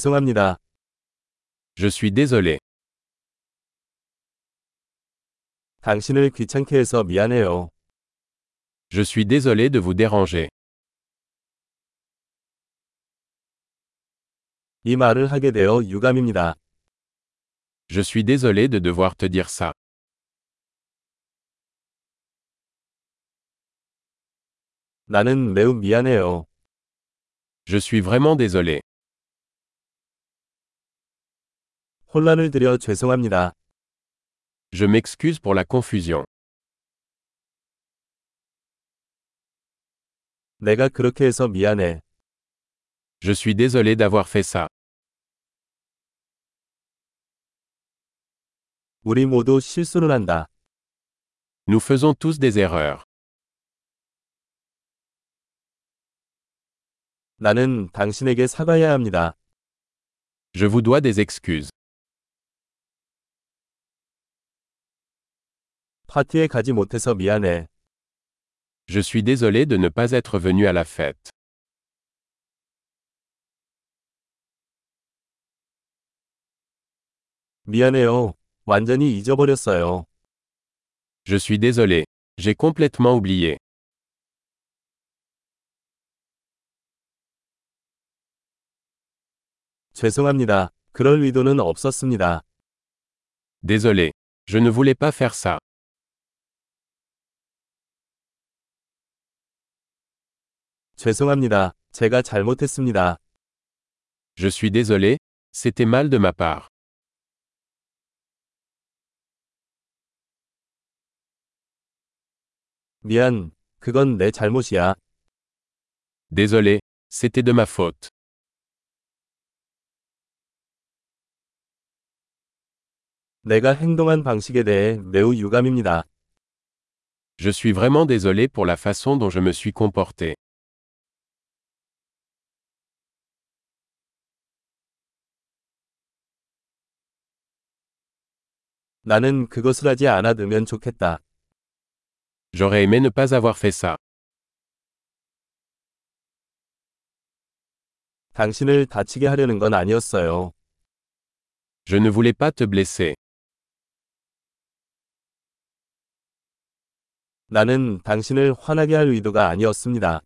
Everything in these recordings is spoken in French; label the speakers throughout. Speaker 1: 죄송합니다.
Speaker 2: Je suis désolé.
Speaker 1: 당신을 귀찮게 해서 미안해요.
Speaker 2: Je suis désolé de vous déranger.
Speaker 1: 이 말을 하게 되어 유감입니다.
Speaker 2: Je suis désolé de devoir te dire ça.
Speaker 1: 나는 매우 미안해요.
Speaker 2: Je suis vraiment désolé.
Speaker 1: 혼란을 드려 죄송합니다.
Speaker 2: Je m'excuse pour la confusion.
Speaker 1: 내가 그렇게 해서 미안해.
Speaker 2: Je suis désolé d'avoir fait ça.
Speaker 1: 우리 모두 실수를 한다.
Speaker 2: Nous faisons tous des erreurs.
Speaker 1: 나는 당신에게 사과해야 합니다.
Speaker 2: Je vous dois des excuses.
Speaker 1: 파티에 가지 못해서 미안해.
Speaker 2: Je suis désolé de ne pas être venu à la fête.
Speaker 1: 미안해요. 완전히 잊어버렸어요.
Speaker 2: Je suis désolé. J'ai complètement oublié.
Speaker 1: 죄송합니다. 그럴 의도는 없었습니다.
Speaker 2: Désolé. Je ne voulais pas faire ça.
Speaker 1: 죄송합니다. 제가 잘못했습니다.
Speaker 2: Je suis désolé. C'était mal de ma part.
Speaker 1: 미안. 그건 내 잘못이야.
Speaker 2: Désolé. C'était de ma faute.
Speaker 1: 내가 행동한 방식에 대해 매우 유감입니다.
Speaker 2: Je suis vraiment désolé pour la façon dont je me suis comporté.
Speaker 1: 나는 그것을 하지 않았으면 좋겠다.
Speaker 2: J'aurais aimé ne pas avoir fait ça.
Speaker 1: 당신을 다치게 하려는 건 아니었어요.
Speaker 2: Je ne voulais pas te blesser.
Speaker 1: 나는 당신을 화나게 할 의도가 아니었습니다.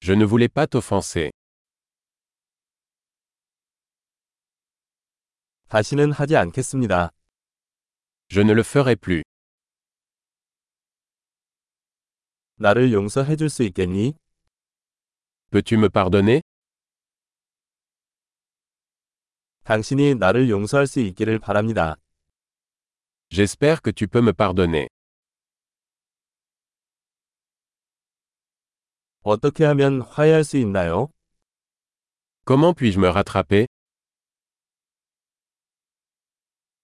Speaker 2: Je ne voulais pas t'offenser.
Speaker 1: 다시는 하지 않겠습니다.
Speaker 2: Je ne le ferai plus.
Speaker 1: 나를 용서해 줄 수 있겠니?
Speaker 2: Peux-tu me pardonner
Speaker 1: 당신이 나를 용서할 수 있기를 바랍니다.
Speaker 2: J'espère que tu peux me pardonner.
Speaker 1: 어떻게 하면 화해할 수 있나요?
Speaker 2: Comment puis-je me rattraper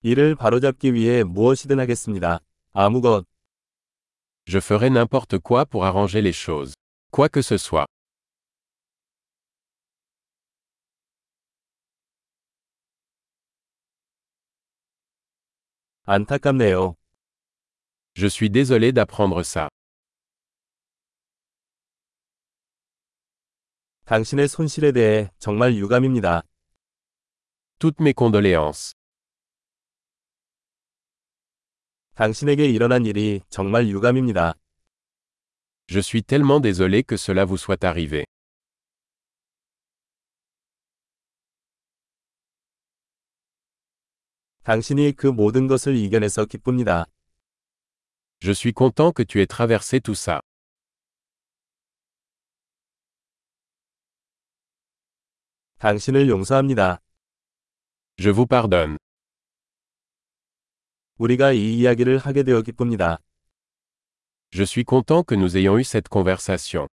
Speaker 1: 이를 바로잡기 위해 무엇이든 하겠습니다. 아무것,
Speaker 2: Je ferai n'importe quoi pour arranger les choses. Quoi que ce soit.
Speaker 1: 안타깝네요.
Speaker 2: Je suis désolé d'apprendre ça.
Speaker 1: 당신의 손실에 대해 정말 유감입니다.
Speaker 2: Toutes mes condoléances.
Speaker 1: 당신에게 일어난 일이 정말 유감입니다.
Speaker 2: Je suis tellement désolé que cela vous soit arrivé.
Speaker 1: 당신이 그 모든 것을 이겨내서 기쁩니다.
Speaker 2: Je suis content que tu aies traversé tout ça.
Speaker 1: 당신을 용서합니다.
Speaker 2: Je vous pardonne.
Speaker 1: 우리가 이 이야기를 하게 되어 기쁩니다.
Speaker 2: Je suis content que nous ayons eu cette conversation.